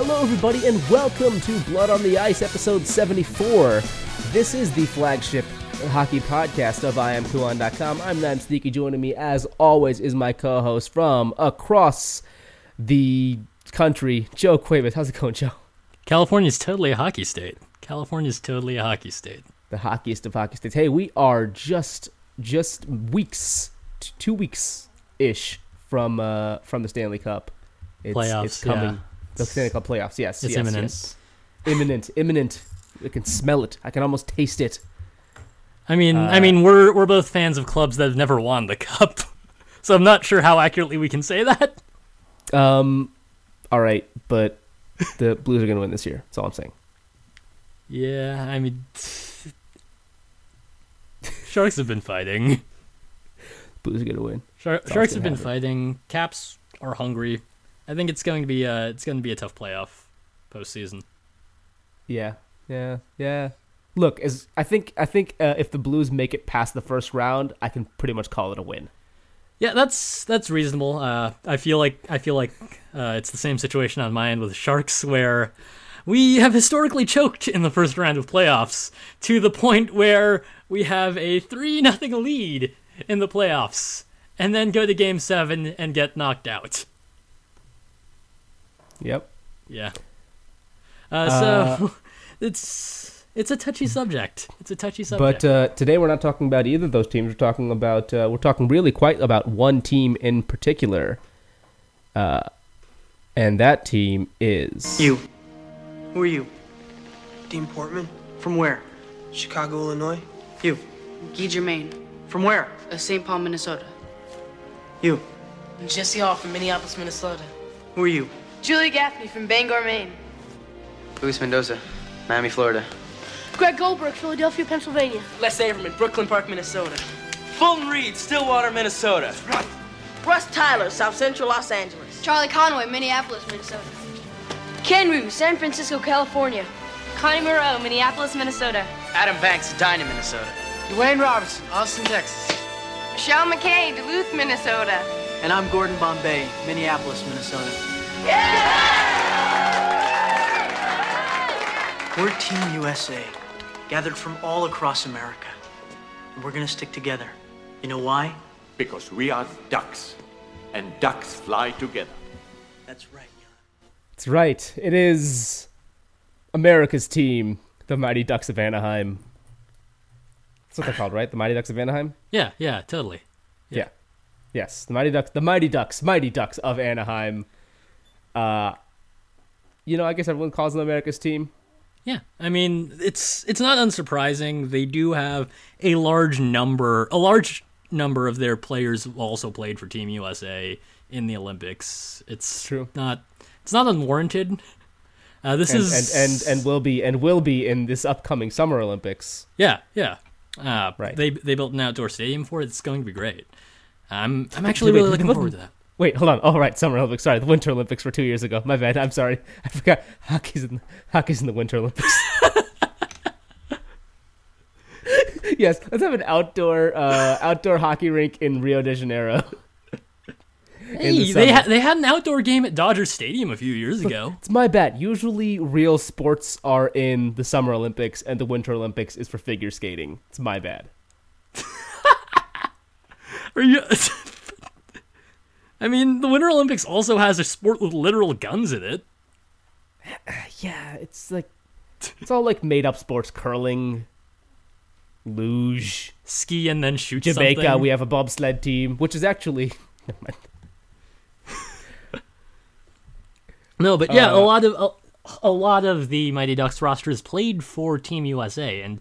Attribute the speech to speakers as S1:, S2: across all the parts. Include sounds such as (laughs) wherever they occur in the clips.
S1: everybody, and welcome to Blood on the Ice, episode 74. This is the flagship hockey podcast of IamKuan.com. I'm Nam Sneaky. Joining me, as always, is my co host from across the country, Joe Cuevas. How's it going, Joe?
S2: California's totally a hockey state. California's totally a hockey state.
S1: The hockeyest of hockey states. Hey, we are just just weeks, t- two weeks ish from uh, from the Stanley Cup. It's,
S2: Playoffs,
S1: it's coming.
S2: yeah.
S1: The Stanley Cup playoffs. Yes,
S2: It's
S1: yes,
S2: imminent.
S1: yes. Imminent, imminent. I can smell it. I can almost taste it.
S2: I mean, I
S1: Uh,
S2: mean, we're we're both fans of clubs that have never won the (laughs) cup, so I'm not sure how accurately we can say that.
S1: Um, all right, but the Blues are going to win this year. That's all I'm saying.
S2: Yeah, I mean, (laughs) sharks have been fighting.
S1: Blues are going to win.
S2: Shar-
S1: It's
S2: sharks
S1: often
S2: have been
S1: happened.
S2: fighting. Caps are hungry. I think it's going to be uh it's going to be a tough playoff postseason.
S1: Yeah, yeah, yeah. Look, as I think, I think uh, if the Blues make it past the first round, I can pretty much call it a win.
S2: Yeah, that's that's reasonable. Uh, I feel like I feel like uh, it's the same situation on my end with sharks, where we have historically choked in the first round of playoffs to the point where we have a three nothing lead in the playoffs, and then go to game seven and get knocked out.
S1: Yep.
S2: Yeah. Uh, so (laughs) it's it's a touchy subject. It's a touchy subject.
S1: But uh, today we're not talking about either of those teams. We're talking about uh, we're talking really quite about one team in particular, uh, and that team is
S3: You. Who are you? Dean Portman. From where? Chicago, Illinois. You.
S4: Guy Germain,
S3: From where?
S4: of St. Uh, Paul, Minnesota.
S3: You.
S5: Jesse Hall from Minneapolis, Minnesota.
S3: Who are you?
S5: Julie Gaffney from Bangor, Maine.
S3: Luis Mendoza, Miami, Florida.
S6: Greg Goldberg, Philadelphia, Pennsylvania.
S5: Les Averman, Brooklyn Park, Minnesota.
S3: Fulton Reed, Stillwater, Minnesota.
S5: Russ Tyler, South Central Los Angeles.
S6: Charlie Conway, Minneapolis, Minnesota. Ken Rue, San Francisco, California. Connie Moreau, Minneapolis, Minnesota.
S3: Adam Banks, Dinah, Minnesota. Dwayne Robinson, Austin, Texas.
S6: Michelle McKay, Duluth, Minnesota.
S3: And I'm Gordon Bombay, Minneapolis, Minnesota. We're Team USA, gathered from all across America. And we're gonna stick together. You know why?
S7: Because we are ducks, and ducks fly together.
S3: That's right, Jan.
S1: That's right. It is America's team, the Mighty Ducks of Anaheim. That's what they're called, right? The Mighty Ducks of Anaheim.
S2: yeah, yeah, totally.
S1: Yeah. Yes, the Mighty Ducks, the Mighty Ducks, Mighty Ducks of Anaheim. Uh, you know, I guess everyone calls them America's team.
S2: Yeah, I mean it's it's not unsurprising. They do have a large number, a large number of their players who also played for Team USA in the Olympics. It's
S1: True.
S2: Not it's not unwarranted. Uh, this
S1: and,
S2: is
S1: and, and and will be and will be in this upcoming Summer Olympics.
S2: yeah yeah. Uh,
S1: Right.
S2: They they built an outdoor stadium for it. It's going to be great. I'm I'm actually
S1: Wait,
S2: really
S1: did they
S2: looking
S1: build-
S2: forward to that.
S1: Wait, hold on. All right, Summer Olympics. Sorry, the Winter Olympics were two years ago. My bad. I'm sorry. (laughs) I forgot. Hockey's in the, hockey's in the Winter Olympics. (laughs) yes, let's have an outdoor uh, outdoor hockey rink in Rio de Janeiro. (laughs) in the
S2: Hey, they
S1: summer.
S2: had they had an outdoor game at Dodger Stadium a few
S1: (laughs)
S2: years ago.
S1: It's my bad. Usually, real sports are in the Summer Olympics, and the Winter Olympics is for figure skating. It's my bad.
S2: Are you? (laughs) I mean, the Winter Olympics also has a sport with literal guns in it.
S1: Yeah, it's like it's all like made up sports: curling, luge.
S2: Ski and then shoot
S1: Jamaica,
S2: something.
S1: we have a bobsled team, which is actually (laughs) Never mind.
S2: no, but yeah, a lot of a, a lot of the Mighty Ducks rosters played for Team USA, and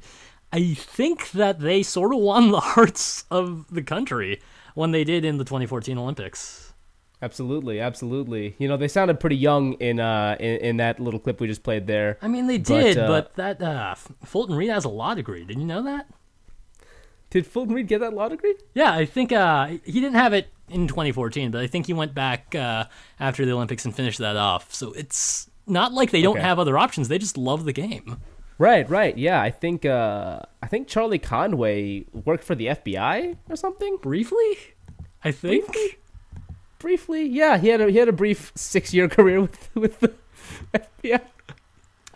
S2: I think that they sort of won the (laughs) hearts of the country when they did in the 2014 Olympics.
S1: absolutely, absolutely. You know, they sounded pretty young in uh in, in that little clip we just played there.
S2: I mean, they
S1: But,
S2: did,
S1: uh,
S2: but, that uh, F- Fulton Reed has a law degree. Did you know that?
S1: Did Fulton Reed get that law degree?
S2: Yeah, I think uh, he didn't have it in 2014, but I think he went back uh, after the Olympics and finished that off. So it's not like they don't
S1: Okay.
S2: have other options; they just love the game.
S1: Right, right. Yeah, I think uh I think Charlie Conway worked for the FBI or something
S2: Briefly, I think.
S1: (laughs) briefly. Yeah, he had a he had a brief six year career with with the FBI.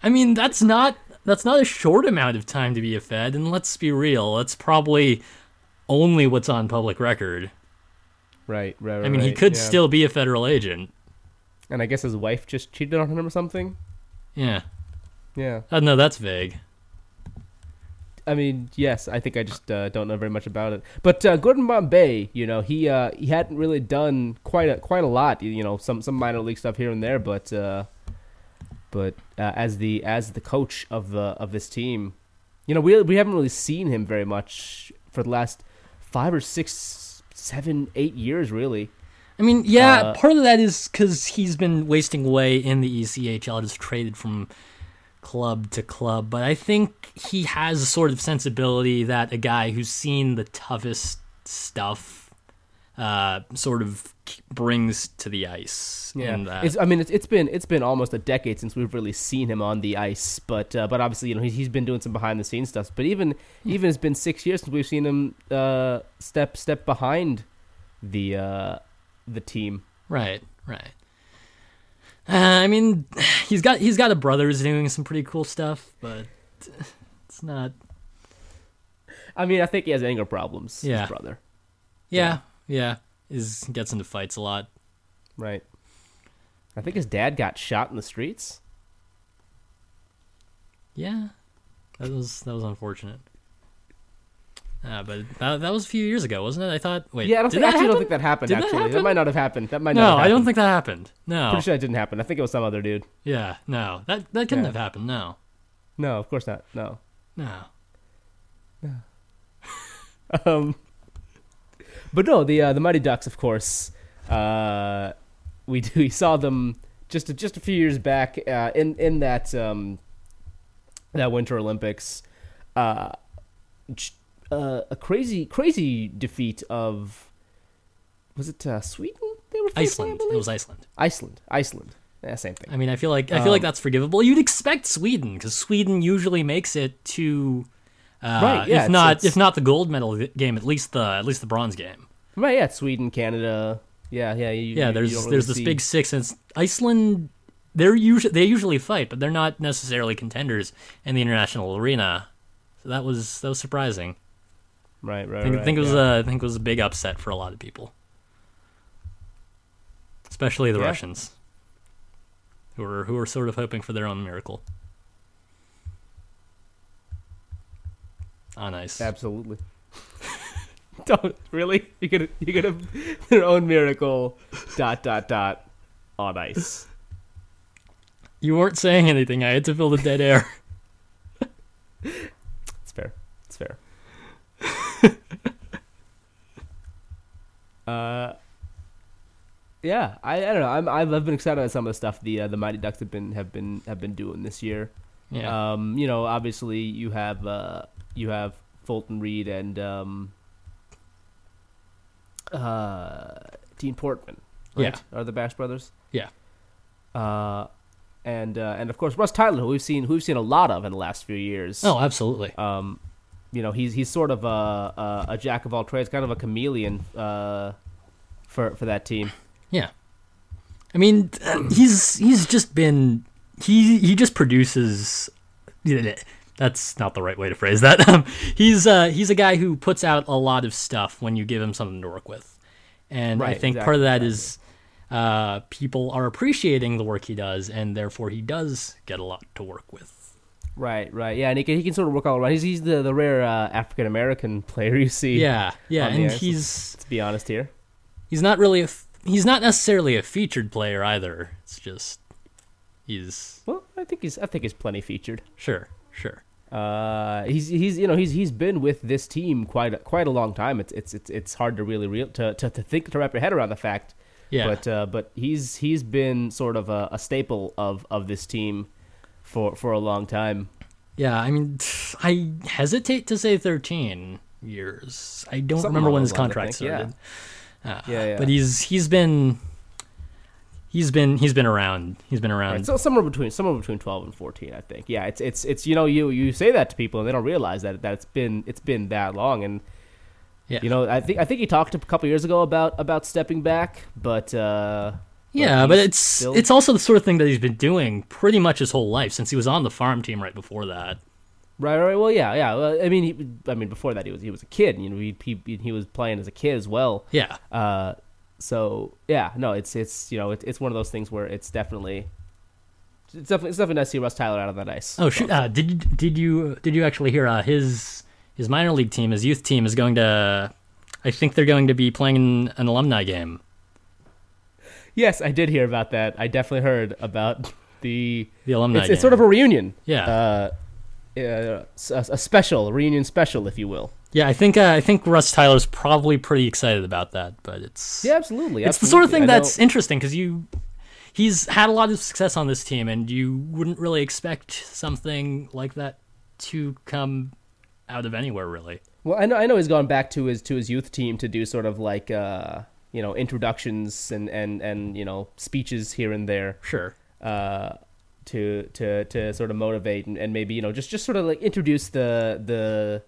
S2: I mean, that's not that's not a short amount of time to be a Fed, and let's be real, that's probably only what's on public record.
S1: Right, right, right.
S2: I mean, he
S1: right,
S2: could
S1: yeah.
S2: still be a federal agent.
S1: And I guess his wife just cheated on him or something.
S2: Yeah.
S1: Yeah.
S2: Uh, no, that's vague.
S1: I mean, yes, I think I just uh, don't know very much about it. But uh, Gordon Bombay, you know, he uh, he hadn't really done quite a quite a lot. You know, some some minor league stuff here and there, but uh, but uh, as the as the coach of the of this team, you know, we we haven't really seen him very much for the last five or six, seven, eight years, really.
S2: I mean, yeah,
S1: Uh,
S2: part of that is because he's been wasting away in the E ECHL, just traded from club to club. But I think he has a sort of sensibility that a guy who's seen the toughest stuff uh, sort of k- brings to the ice. in that.
S1: it's, I mean, it's, it's been it's been almost a decade since we've really seen him on the ice, but uh, but obviously, you know, he's, he's been doing some behind the scenes stuff. But even
S2: Hmm.
S1: even it's been six years since we've seen him uh, step step behind the uh, the team.
S2: Right, right. Uh, I mean, (sighs) he's got he's got a brother who's doing some pretty cool stuff, but (sighs) it's not.
S1: I mean, I think he has anger problems.
S2: Yeah.
S1: his brother,
S2: Yeah, yeah. Is gets into fights a lot.
S1: right? I think his dad got shot in the streets.
S2: Yeah, that was that was unfortunate. Uh, but that, that was a few years ago, wasn't it? I thought. Wait,
S1: Yeah, I don't
S2: did
S1: think,
S2: that
S1: actually don't
S2: happen?
S1: think that happened.
S2: Did that
S1: actually,
S2: happen?
S1: might not have happened. That might not.
S2: No,
S1: have
S2: I don't
S1: happened.
S2: think that happened. No.
S1: Pretty sure that didn't happen. I think it was some other dude.
S2: Yeah, no, that that couldn't
S1: Yeah.
S2: have happened. No,
S1: No, of course not. No.
S2: no.
S1: Um, but no, the uh, the Mighty Ducks, of course, uh, we (laughs) do, we saw them just a, just a few years back uh, in in that um, that Winter Olympics. Uh, j- uh, a crazy crazy defeat of was it uh, Sweden? They were facing, I
S2: Iceland. It
S1: believe?
S2: was Iceland.
S1: Iceland. Iceland. Yeah, same thing.
S2: I mean, I feel like I feel like
S1: Um,
S2: that's forgivable. You'd expect Sweden because Sweden usually makes it to, uh,
S1: Right, yeah,
S2: if
S1: it's-
S2: not
S1: it's-
S2: if not the gold medal vi- game, at least the at least the bronze game.
S1: Right? Yeah, it's Sweden, Canada. Yeah, yeah. You, you-
S2: Yeah,
S1: you
S2: there's
S1: don't really
S2: there's this
S1: see-
S2: big six, and it's Iceland. They're usually they usually fight, but they're not necessarily contenders in the international arena. So that was that was surprising.
S1: right, right.
S2: I think, I
S1: right,
S2: think it was uh,
S1: yeah.
S2: a I think it was a big upset for a lot of people, especially the
S1: Yeah.
S2: Russians, who were who were sort of hoping for their own miracle. On ice,
S1: Absolutely. (laughs) Don't really. You're gonna you're gonna (laughs) their own miracle. Dot dot dot. On ice.
S2: you weren't saying anything. I had to fill the
S1: (laughs)
S2: dead air.
S1: It's fair. It's fair. (laughs) uh, yeah. I, I don't know. I'm I've, I've been excited about some of the stuff the uh, the Mighty Ducks have been have been have been doing this year.
S2: Yeah,
S1: Um, you know, obviously you have uh, you have Fulton Reed and um, uh, Dean Portman. Right? Are the Bash brothers?
S2: yeah,
S1: Uh, and uh, and of course Russ Tyler, who we've seen who we've seen a lot of in the last few years.
S2: oh, absolutely.
S1: Um, you know, he's he's sort of a a, a jack of all trades, kind of a chameleon. Uh, for for that team.
S2: Yeah, I mean, (clears throat) he's he's just been he he just produces. (laughs) That's not the right way to phrase that. (laughs) Um, he's uh, he's a guy who puts out a lot of stuff when you give him something to work with, and I
S1: Right,
S2: think part of that
S1: exactly,
S2: is uh, people are appreciating the work he does, and therefore he does get a lot to work with.
S1: Right, right, yeah, and he can, he can sort of work all around. He's he's the the rare uh, African American (laughs) player you see.
S2: Yeah, yeah,
S1: On the
S2: and
S1: ice.
S2: he's
S1: to be honest here.
S2: he's not really a f- he's not necessarily a featured player either. It's just he's
S1: Well, I think he's I think he's plenty featured.
S2: sure, sure.
S1: Uh, he's he's you know he's he's been with this team quite a, quite a long time. It's it's it's it's hard to really real to, to to think to wrap your head around the fact.
S2: Yeah.
S1: But uh, but he's he's been sort of a, a staple of of this team for for a long time.
S2: Yeah, I mean, (sighs) I hesitate to say 13 years. I don't
S1: Something
S2: remember
S1: along
S2: when his
S1: those lines, I
S2: contract
S1: think, yeah.
S2: started. Uh,
S1: Yeah, yeah.
S2: But he's he's been he's been he's been around. He's been around.
S1: So somewhere between somewhere between twelve and fourteen, I think. Yeah, it's it's it's you know you you say that to people and they don't realize that that it's been it's been that long and
S2: yeah.
S1: you know I think I think he talked a couple years ago about about stepping back, but uh,
S2: Yeah, but
S1: he's
S2: it's
S1: still-
S2: it's also the sort of thing that he's been doing pretty much his whole life since he was on the farm team right before that.
S1: Right, right. Well, yeah, yeah. Well, I mean, he, I mean, before that, he was he was a kid. You know, he he, he was playing as a kid as well.
S2: Yeah.
S1: Uh, so yeah, no, it's it's you know, it, it's one of those things where it's definitely, it's definitely it's definitely nice to see Russ Tyler out on that ice.
S2: Oh shoot! Uh, did you- did you did you actually hear uh, his his minor league team, his youth team, is going to? I think they're going to be playing an, an alumni game.
S1: Yes, I did hear about that. I definitely heard about (laughs) the
S2: The alumni
S1: It's, it's
S2: game.
S1: sort of a reunion.
S2: Yeah.
S1: Uh, uh, s- a, a special a reunion special, if you will.
S2: Yeah, I think uh, I think Russ Tyler's probably pretty excited about that, but it's
S1: Yeah, absolutely.
S2: it's the sort of
S1: absolutely.
S2: thing
S1: I know-
S2: that's interesting because you he's had a lot of success on this team, and you wouldn't really expect something like that to come out of anywhere, really.
S1: Well, I know I know he's gone back to his to his youth team to do sort of like uh, you know introductions and, and, and you know speeches here and there
S2: Sure.
S1: uh, to to to sort of motivate and, and maybe you know just just sort of like introduce the the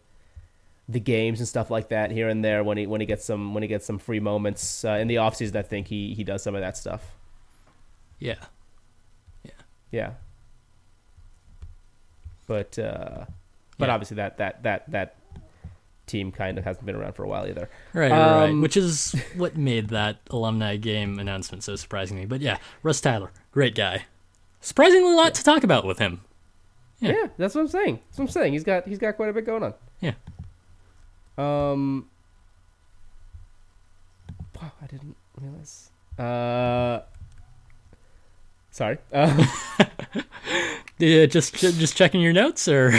S1: the games and stuff like that here and there when he when he gets some when he gets some free moments uh, in the off season. I think he he does some of that stuff.
S2: Yeah.
S1: Yeah. But uh, but
S2: Yeah.
S1: obviously that that that that team kind of hasn't been around for a while either.
S2: Right, right,
S1: Um,
S2: right. Which is what made that alumni game announcement so surprising to me. But yeah, Russ Tyler, great guy. Surprisingly, a lot to talk about with him.
S1: Yeah, that's what I'm saying. That's what I'm saying. He's got he's got quite a bit going on.
S2: Yeah.
S1: Um. Wow, I didn't realize. Uh. Sorry. (laughs) Uh,
S2: Yeah, just just checking your notes, or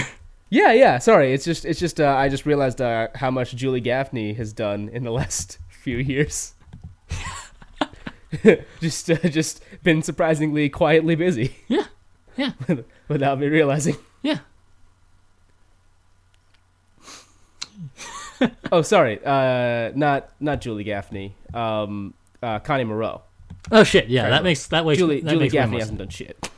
S1: yeah, yeah. Sorry. It's just it's just uh, I just realized uh, how much Julie Gaffney has done in the (laughs) last few years. (laughs) just uh, just been surprisingly quietly busy (laughs)
S2: yeah, (laughs) yeah,
S1: without me realizing.
S2: yeah.
S1: Oh, sorry. Uh, not not Julie Gaffney. Um, uh, Connie Moreau.
S2: Oh shit, yeah. That makes that way.
S1: Julie
S2: that
S1: Julie
S2: makes way
S1: Gaffney
S2: more
S1: hasn't
S2: sense.
S1: done shit.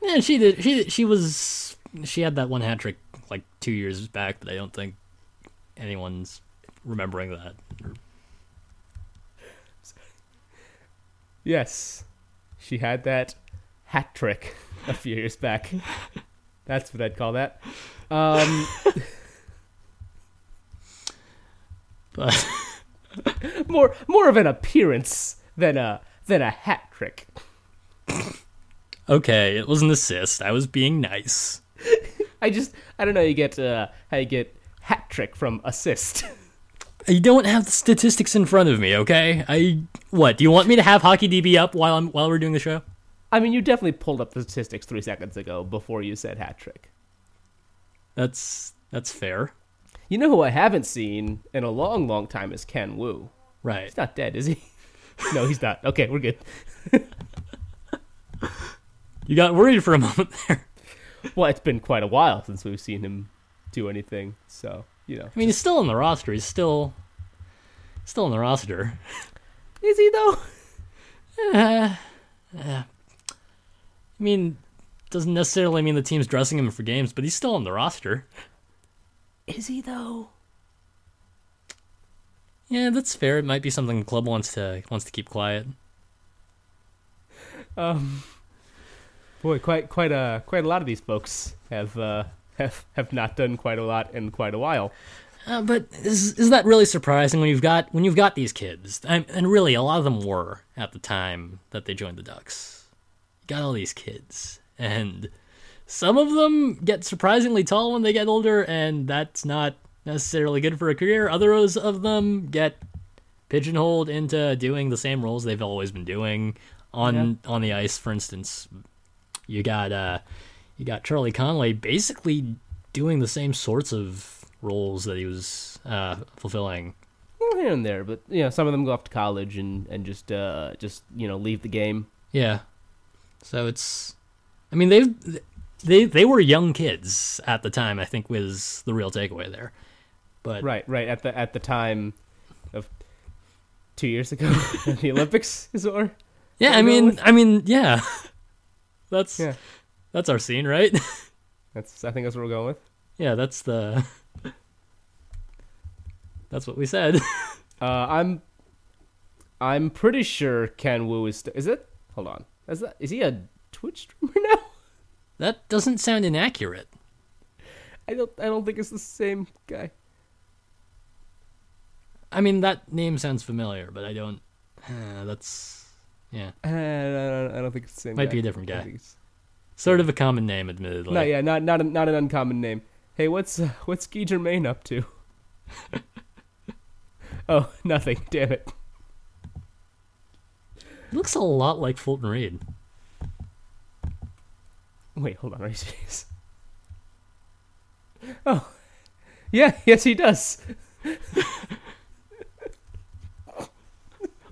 S2: Yeah, she did. She did- she was she had that one hat trick like two years back, but I don't think anyone's remembering that.
S1: Yes. She had that hat trick a few years back. That's what I'd call that. Um,
S2: But (laughs)
S1: more more of an appearance than a than a hat trick.
S2: okay, it was an assist. I was being nice.
S1: I just I don't know how you get uh, how you get hat trick from assist. (laughs)
S2: I don't have the statistics in front of me, okay? I what? Do you want me to have Hockey DB up while I'm while we're doing the show?
S1: I mean, you definitely pulled up the statistics three seconds ago before you said hat trick.
S2: That's that's fair.
S1: You know who I haven't seen in a long, long time is Ken Wu.
S2: Right.
S1: He's not dead, is he? (laughs) No, he's not. Okay, we're good.
S2: You got worried for a (laughs) moment there.
S1: Well, it's been quite a while since we've seen him do anything, so you know.
S2: I mean, he's still on the roster. He's still still on the roster.
S1: Is he though?
S2: I mean, doesn't necessarily mean the team's dressing him for games, but he's still on the roster.
S1: Is he though?
S2: Yeah, that's fair. It might be something the club wants to wants to keep quiet.
S1: Boy, quite quite a quite a lot of these folks have uh, (laughs) have have not done quite a lot in quite a while.
S2: Uh, but is is that really surprising when you've got when you've got these kids? i and really, a lot of them were at the time that they joined the Ducks. You got all these kids, and some of them get surprisingly tall when they get older, and that's not necessarily good for a career. Others of them get pigeonholed into doing the same roles they've always been doing on on the ice. For instance, you got uh, you got Charlie Conway basically doing the same sorts of roles that he was uh, fulfilling.
S1: Well, here and there, but you know, some of them go off to college and and just uh, just you know leave the game.
S2: Yeah. So it's, I mean, they've they they were young kids at the time. I think was the real takeaway there. But
S1: Right, right at the at the time of two years ago, (laughs) at the Olympics is or
S2: yeah, I
S1: you go
S2: mean,
S1: with-
S2: I mean, yeah, (laughs) that's
S1: Yeah.
S2: that's our scene, right? (laughs)
S1: that's I think that's what we're going with.
S2: yeah, that's the (laughs) that's what we said. (laughs)
S1: Uh, I'm I'm pretty sure Ken Wu is st- is it Hold on. Is that is he a Twitch streamer (laughs) now?
S2: That doesn't sound inaccurate.
S1: I don't I don't think it's the same guy.
S2: I mean, that name sounds familiar, but I don't. Uh, that's yeah,
S1: Uh, (laughs) I don't, I don't think it's the same.
S2: Might
S1: guy.
S2: be a different
S1: I
S2: guy.
S1: think it's-
S2: sort of a common name, admittedly.
S1: No, yeah, not not a, not an uncommon name. Hey, what's uh, (laughs) what's Guy Germain up
S2: (laughs)
S1: to? oh, (laughs) nothing. Damn it.
S2: It looks a lot like Fulton Reed.
S1: Wait, hold on. Are you serious? Oh, yeah. Yes, he does.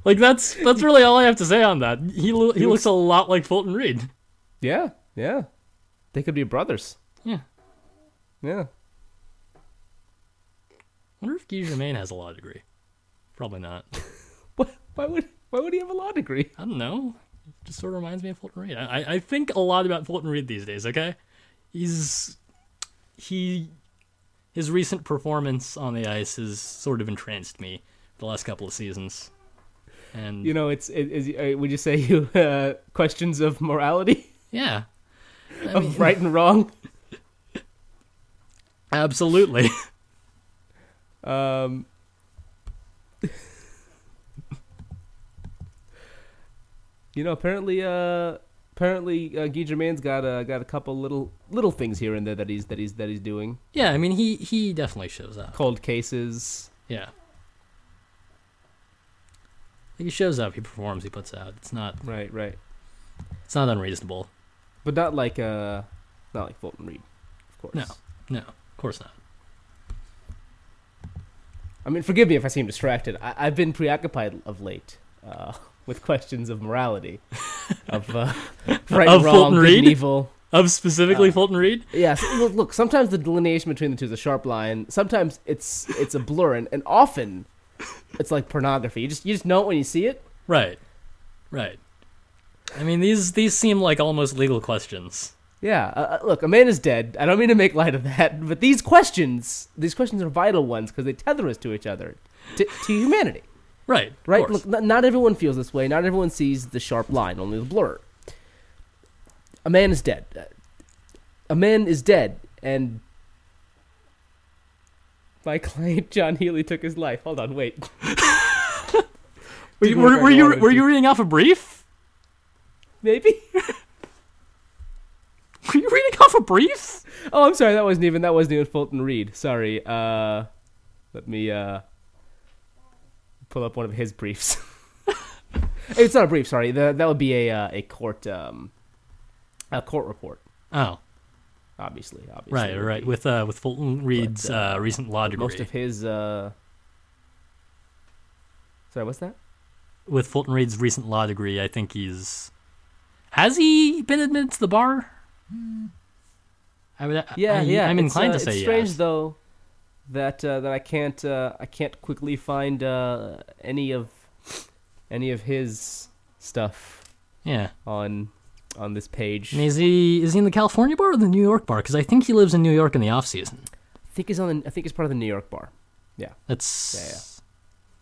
S2: Like that's that's really all I have to say on that. He lo- he looks a lot like Fulton Reed.
S1: Yeah, yeah. They could be brothers.
S2: Yeah.
S1: Yeah.
S2: wonder if Guy Germain has a law degree. Probably not.
S1: What? Why would Why would he have a law degree?
S2: I don't know. It just sort of reminds me of Fulton Reed. I, I- I think a lot about Fulton Reed these days, okay? He's he his recent performance on the ice has sort of entranced me the last couple of seasons. And
S1: You know, it's it, is, uh, would you say you uh, questions of morality,
S2: yeah,
S1: of right and wrong?
S2: absolutely. (laughs)
S1: Um, (laughs) you know, apparently, uh, apparently, uh, Guy Germain's got a got a couple little little things here and there that he's that he's that he's doing.
S2: yeah, I mean he he definitely shows up.
S1: Cold cases.
S2: Yeah. He shows up, he performs, he puts out. It's not
S1: Right, right.
S2: it's not unreasonable.
S1: But not like uh, not like Fulton Reed, of course.
S2: No. No, of course not.
S1: I mean, forgive me if I seem distracted. I- I've been preoccupied of late uh, (laughs) with questions of morality, of uh, (laughs) right
S2: Of
S1: and wrong,
S2: Fulton
S1: good
S2: Reed?
S1: and evil.
S2: Of specifically Fulton Reed?
S1: Yes. Look, look, sometimes the delineation between the two is a sharp line. Sometimes it's it's a blur, and, and often it's like pornography. You just you just know it when you see it.
S2: Right. Right. I mean these these seem like almost legal questions.
S1: Yeah. Uh, uh, look, a man is dead. I don't mean to make light of that, but these questions these questions are vital ones because they tether us to each other, to, to humanity.
S2: Right. of
S1: Right?
S2: course.
S1: Look, not, not everyone feels this way. Not everyone sees the sharp line, only the blur. A man is dead. Uh, A man is dead, and my (laughs) client John Healy took his life. Hold on, wait.
S2: (laughs) were, you- were, were you were you reading off a brief? (laughs)
S1: Maybe.
S2: Were you reading off a brief?
S1: Oh, I'm sorry. That wasn't even. That wasn't even Fulton Reed. Sorry. Uh, let me uh, pull up one of his briefs. (laughs) it's not a brief. Sorry. The, that would be a uh, a court um, a court report.
S2: Oh,
S1: Obviously. Obviously.
S2: right,
S1: would
S2: right.
S1: be.
S2: With uh, with Fulton Reed's uh, recent law degree.
S1: most of his uh sorry what's that
S2: with Fulton Reed's recent law degree, I think he's has he been admitted to the bar? I would.
S1: yeah
S2: I,
S1: yeah
S2: I'm
S1: it's,
S2: inclined
S1: uh,
S2: to say
S1: it's strange
S2: yes.
S1: though that uh, that i can't uh, i can't quickly find uh any of any of his stuff
S2: Yeah.
S1: on on this page
S2: And is he is he in the California bar or the New York bar? Because I think he lives in New York in the off season.
S1: i think he's on the, i think he's part of the new york bar yeah
S2: That's.
S1: Yeah, yeah.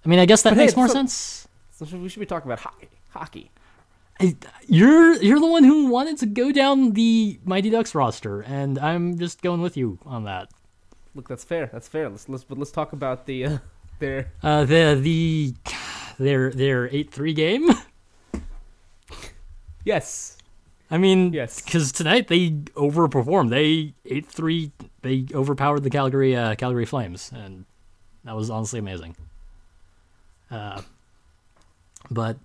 S2: I mean, I guess that
S1: But hey,
S2: makes more
S1: so-
S2: sense.
S1: so we should be talking about hockey hockey
S2: I, you're you're the one who wanted to go down the Mighty Ducks roster, and I'm just going with you on that.
S1: look that's fair that's fair let's let's but let's talk about the uh, (laughs) their
S2: Uh, the the their their eight three game. (laughs)
S1: yes (laughs)
S2: I mean,
S1: Yes.
S2: because tonight they overperformed. They eight three. They overpowered the Calgary uh, Calgary Flames, and that was honestly amazing. Uh, but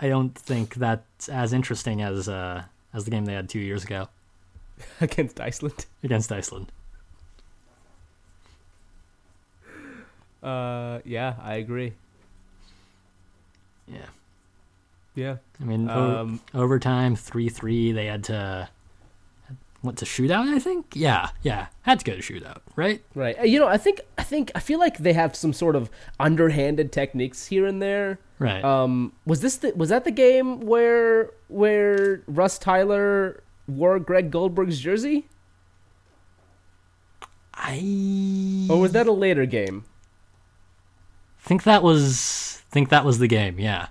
S2: I don't think that's as interesting as uh, as the game they had two years ago
S1: against iceland
S2: against Iceland.
S1: uh yeah i agree
S2: Yeah,
S1: yeah
S2: I mean, o-
S1: um
S2: overtime three three. They had to went to shootout. I think. Yeah, yeah, had to go to shootout. Right.
S1: Right. Uh, You know, I think I think I feel like they have some sort of underhanded techniques here and there.
S2: Right.
S1: Um was this the, was that the game where where Russ Tyler wore Greg Goldberg's jersey?
S2: I
S1: Or was that a later game?
S2: think that was think that was the game. Yeah.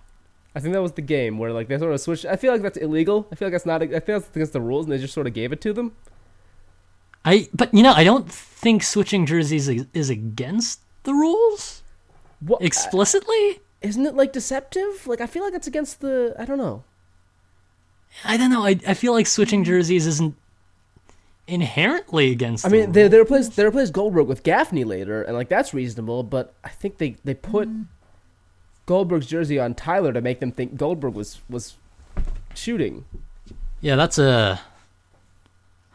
S1: I think that was the game where like they sort of switched. I feel like that's illegal. I feel like that's not. I think that's against the rules, and they just sort of gave it to them.
S2: I but you know I don't think switching jerseys is, is against the rules
S1: What uh,
S2: explicitly.
S1: isn't it like deceptive? Like I feel like it's against the. I don't know.
S2: I don't know. I I feel like switching
S1: Mm.
S2: jerseys isn't inherently against.
S1: I
S2: the
S1: mean, they they replaced they replaced Goldberg with Gaffney later, and like that's reasonable. But I think they they put Goldberg's jersey on Tyler to make them think Goldberg was was shooting.
S2: Yeah, that's a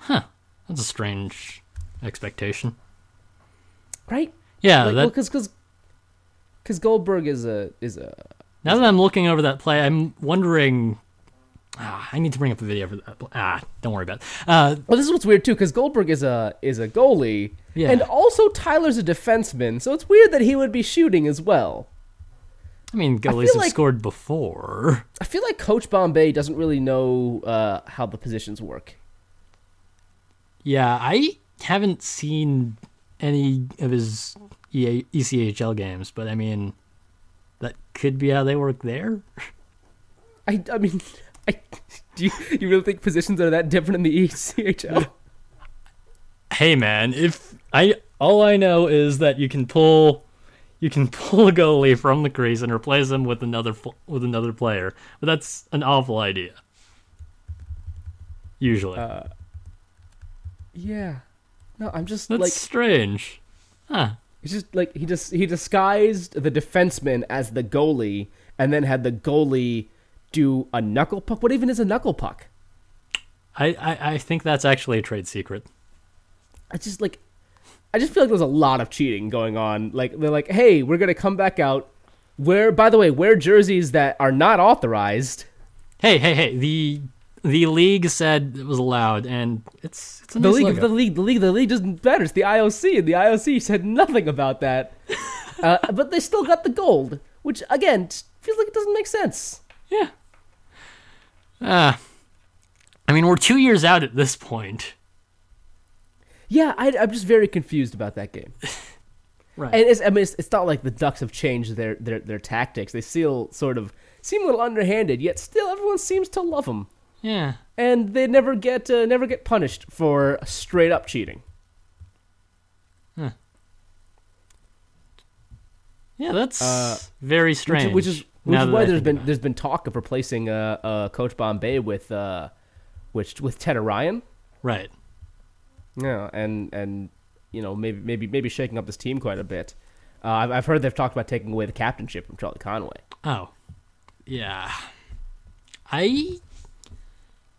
S2: huh. That's a strange expectation.
S1: right?
S2: Yeah,
S1: like,
S2: Oh, that-
S1: because because Goldberg is a is a
S2: Now that I'm looking over that play, I'm wondering. Ah, I need to bring up a video for that. pl- Ah, don't worry about it. Uh,
S1: well, this is what's weird too, because Goldberg is a is a goalie,
S2: Yeah.
S1: and also Tyler's a defenseman, so it's weird that he would be shooting as well.
S2: I mean, goalies have
S1: like-
S2: scored before.
S1: I feel like Coach Bombay doesn't really know uh, how the positions work.
S2: Yeah, I haven't seen any of his E EA, ECHL games, but I mean, that could be how they work there. (laughs)
S1: I I mean, (laughs) I, do you, you really think positions are that different in the E ECHL?
S2: hey man, if I all I know is that you can pull you can (laughs) pull a goalie from the crease and replace him with another fl- with another player, but that's an awful idea. Usually,
S1: yeah, no, I'm just
S2: that's
S1: like
S2: strange. Huh?
S1: It's just like he just he disguised the defenseman as the goalie, and then had the goalie do a knuckle puck. What even is a knuckle puck?
S2: I, I I think that's actually a trade secret.
S1: I just like, I just feel like there's a lot of cheating going on. Like they're like, hey, we're gonna come back out. Wear by the way, wear jerseys that are not authorized.
S2: Hey hey hey the. The league said it was allowed, and it's it's a
S1: The
S2: nice
S1: league,
S2: logo.
S1: the league, the league, the league doesn't matter. It's the IOC, and the IOC said nothing about
S2: (laughs)
S1: that. uh, but they still got the gold, which again just feels like it doesn't make sense.
S2: Yeah. Uh, I mean, we're two years out at this point.
S1: Yeah, I, I'm just very confused about that
S2: (laughs)
S1: game.
S2: Right.
S1: And it's, I mean, it's, it's not like the Ducks have changed their, their, their tactics. They still sort of seem a little underhanded, yet still everyone seems to love them.
S2: yeah.
S1: And they never get uh, never get punished for straight up cheating.
S2: Yeah, that's
S1: Uh,
S2: very
S1: Which,
S2: strange.
S1: which is which
S2: now
S1: is
S2: that
S1: why
S2: I
S1: there's
S2: think
S1: been
S2: about it.
S1: there's been talk of replacing uh, uh, Coach Bombay with uh, which with Ted Orion.
S2: right.
S1: Yeah, and and you know maybe maybe maybe shaking up this team quite a bit. Uh, I've, I've heard they've talked about taking away the captainship from Charlie Conway.
S2: Oh, yeah. I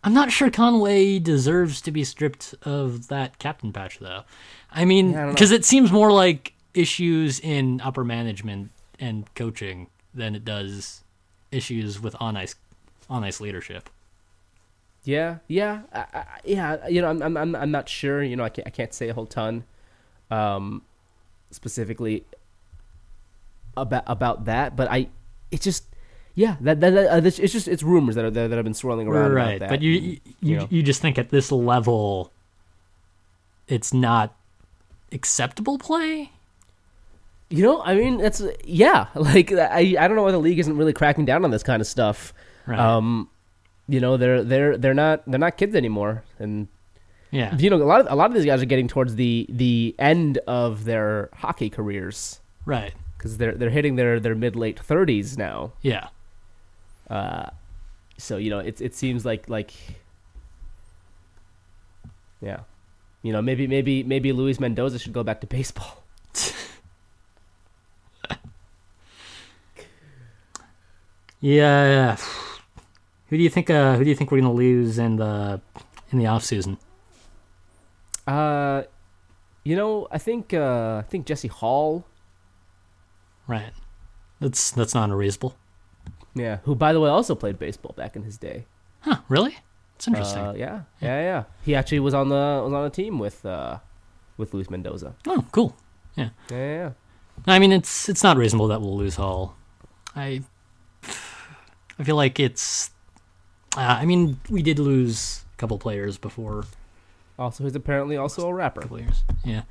S2: I'm not sure Conway deserves to be stripped of that captain patch though. I mean,
S1: I don't know.
S2: because it seems more like issues in upper management and coaching than it does issues with on ice on ice leadership.
S1: Yeah, yeah, I, I, yeah. You know, I'm, I'm, I'm, I'm not sure. You know, I can't, I can't say a whole ton, um, specifically about about that. But I, it just, yeah, that that, that uh, this, it's just it's rumors that are that, that have been swirling around. about
S2: right,
S1: that,
S2: but you
S1: and,
S2: you, you,
S1: know.
S2: just think at this level, it's not acceptable play.
S1: you know, I mean, that's yeah. (laughs) Like I, I don't know why the league isn't really cracking down on this kind of stuff.
S2: Right.
S1: Um, you know, they're they're they're not they're not kids anymore, and
S2: Yeah.
S1: you know, a lot of a lot of these guys are getting towards the the end of their hockey careers.
S2: Right.
S1: because they're they're hitting their their mid late thirties now.
S2: Yeah.
S1: So you know, it it seems like like yeah, you know, maybe maybe maybe Luis Mendoza should go back to baseball.
S2: Yeah. yeah. Who do you think? Uh, who do you think we're gonna lose in the in the off season?
S1: (laughs) Uh, you know, I think uh, I think Jesse Hall.
S2: Right. That's that's not unreasonable.
S1: Yeah, who by the way also played baseball back in his day.
S2: Huh? Really? It's interesting.
S1: Uh, yeah, yeah, yeah. He actually was on the was on a team with uh, with Luis Mendoza.
S2: oh, cool. Yeah.
S1: Yeah, yeah, yeah.
S2: I mean, it's it's not reasonable that we'll lose Hall. I I feel like it's. Uh, I mean, we did lose a couple players before
S1: Also, he's apparently also a rapper.
S2: couple years. Yeah,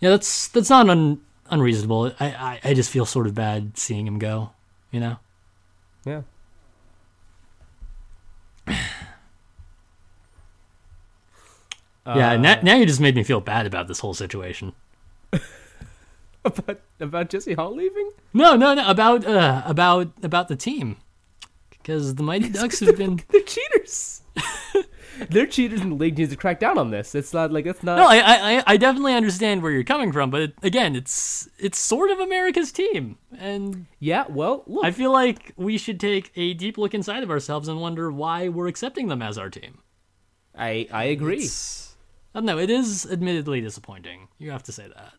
S2: yeah. That's that's not un, unreasonable. I, I I just feel sort of bad seeing him go. You know.
S1: Yeah.
S2: yeah, now, now you just made me feel bad about this whole situation.
S1: About about Jesse Hall leaving?
S2: No, no, no. About uh, about about the team, because the
S1: (laughs)
S2: Mighty Ducks have been.
S1: They're cheaters. (laughs) They're cheaters, and the league needs to crack down on this. It's not like that's not.
S2: No, I, I, I- I definitely understand where you're coming from, but it, again, it's it's sort of America's team, and
S1: yeah. Well, look.
S2: I feel like we should take a deep look inside of ourselves and wonder why we're accepting them as our team.
S1: I I agree.
S2: It's- I don't know. It is admittedly disappointing. You have to say that,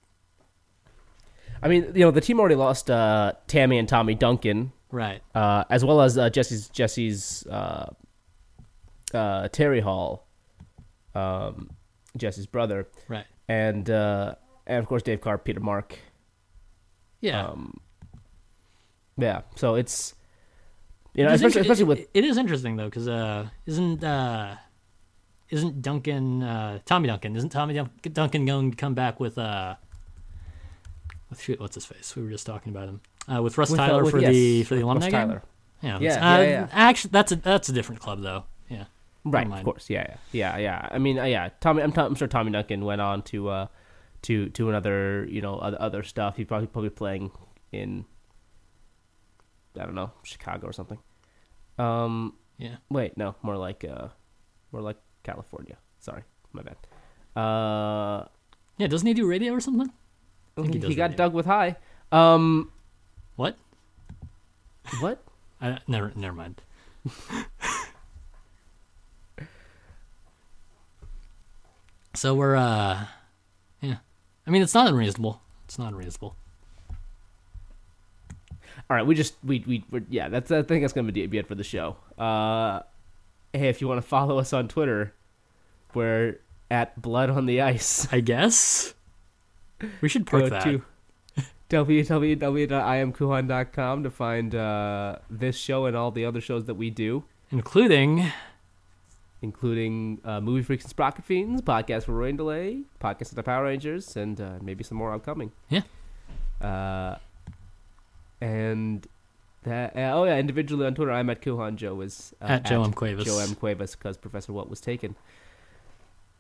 S1: I mean, you know, the team already lost uh, Tammy and Tommy Duncan,
S2: right?
S1: uh, as well as uh, Jesse's Jesse's uh, uh, Terry Hall, um, Jesse's brother,
S2: Right.
S1: and uh, and of course Dave Carr, Peter Mark.
S2: Yeah.
S1: uh, Yeah, so it's you know,
S2: It is
S1: especially,
S2: inter-
S1: especially with
S2: it- it is interesting though, because uh, isn't uh, isn't Duncan uh, Tommy Duncan? Isn't Tommy Dun- Duncan going to come back with uh, with shoot, what's his face? We were just talking about him uh, with Russ
S1: With, uh,
S2: Tyler
S1: with-
S2: for
S1: yes,
S2: the for the
S1: with
S2: alumni
S1: Russ
S2: game?
S1: Tyler.
S2: Yeah,
S1: Yeah,
S2: that's-
S1: yeah,
S2: uh,
S1: yeah.
S2: Actually, that's a that's a different club though. Yeah, Never
S1: right, of
S2: mind.
S1: course, yeah, yeah, yeah. yeah. I mean, uh, yeah, Tommy. I'm, I'm sure Tommy Duncan went on to uh, to to another you know other, other stuff. He's probably probably playing in I don't know Chicago or something. Um,
S2: Yeah,
S1: Wait, no, more like uh, more like California. Sorry, my bad. Uh,
S2: yeah. Doesn't he do radio or something?
S1: I
S2: think he
S1: he,
S2: does
S1: got
S2: radio.
S1: dug with high. Um,
S2: What?
S1: what?
S2: I, never never mind. (laughs) so we're uh yeah. I mean it's not unreasonable. It's not unreasonable.
S1: All right, we just we we we're, yeah. That's I think that's gonna be be it for the show. Uh, hey, if you want to follow us on Twitter, we're at Blood on the
S2: (laughs)
S1: Ice.
S2: I guess. We should park that.
S1: www.imkuhan.com to find uh, this show and all the other shows that we do.
S2: Including
S1: including uh, Movie Freaks and Sprocket Fiends, Podcast for Rain Delay, Podcast of the Power Rangers, and uh, maybe some more upcoming.
S2: Yeah.
S1: Uh, and that, uh, oh yeah, individually on Twitter, I'm at Kuhan. Joe is uh,
S2: At Joe M. Cuevas.
S1: Joe M. Cuevas, because Professor Watt was taken.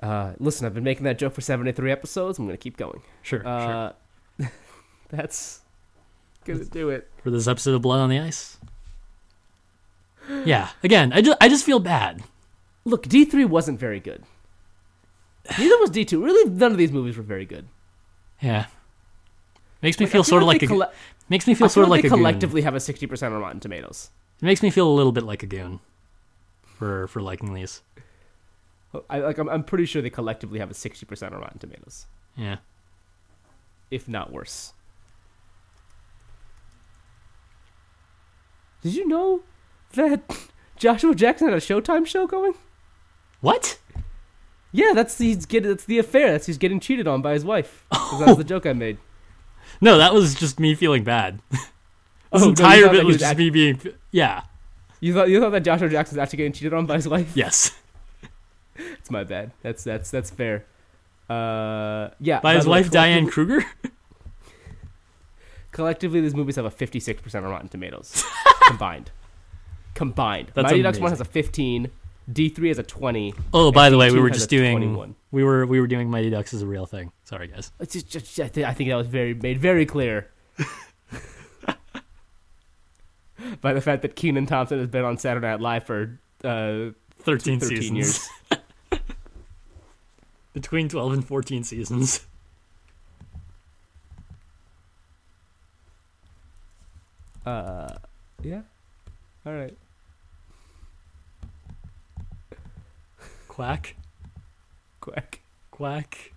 S1: Uh, listen, I've been making that joke for 73 episodes. I'm going to keep going.
S2: sure, sure.
S1: Uh, (laughs) that's going to do it.
S2: For this episode of Blood on the Ice. Yeah. Again, I just I just feel bad.
S1: Look, D3 wasn't very good. Neither was D2. Really, none of these movies were very good.
S2: Yeah. Makes me feel sort of like a
S1: they colle-
S2: makes me feel
S1: I
S2: sort of like
S1: they
S2: a goon.
S1: collectively have a 60% on Rotten Tomatoes.
S2: It makes me feel a little bit like a goon for for liking these.
S1: I, like, I'm, I'm pretty sure they collectively have a 60% on Rotten Tomatoes,
S2: Yeah.
S1: if not worse. Did you know that (laughs) Joshua Jackson had a Showtime show going?
S2: What?
S1: Yeah, that's the, he's getting, that's the affair. That's he's getting cheated on by his wife. 'Cause That was the
S2: (laughs)
S1: joke I made.
S2: No, that was just me feeling bad. (laughs) this
S1: Oh, no, you
S2: entire
S1: thought that
S2: bit
S1: he
S2: was
S1: was
S2: just
S1: act-
S2: me being. Yeah.
S1: You thought, you thought that Joshua Jackson was actually getting cheated on by his wife?
S2: Yes.
S1: It's my bad. That's that's that's fair. Uh, yeah.
S2: By his
S1: the way,
S2: wife, Diane Kruger? (laughs)
S1: Collectively, these movies have a 56% on Rotten
S2: (laughs)
S1: Tomatoes combined. Combined.
S2: That's
S1: Mighty Ducks 1 has
S2: amazing.
S1: a 15, D3 has a 20.
S2: Oh, by the way, we
S1: FD2
S2: were
S1: has
S2: just
S1: a
S2: doing.
S1: 21.
S2: We were we were doing Mighty Ducks as a real thing. Sorry, guys.
S1: It's just, just- I, thi- I think that was very made very
S2: (laughs)
S1: clear by the fact that Keenan Thompson has been on Saturday Night Live for uh,
S2: 13,
S1: 13
S2: seasons.
S1: years.
S2: (laughs) Between 12 and 14 seasons.
S1: Uh, Yeah. All right.
S2: Quack.
S1: Quack.
S2: Quack.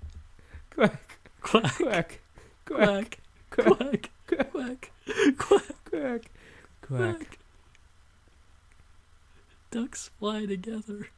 S1: Quack.
S2: Quack.
S1: Quack. (laughs) Quack.
S2: Quack. Quack. Quack. Quack.
S1: Quack. Quack.
S2: Ducks fly together.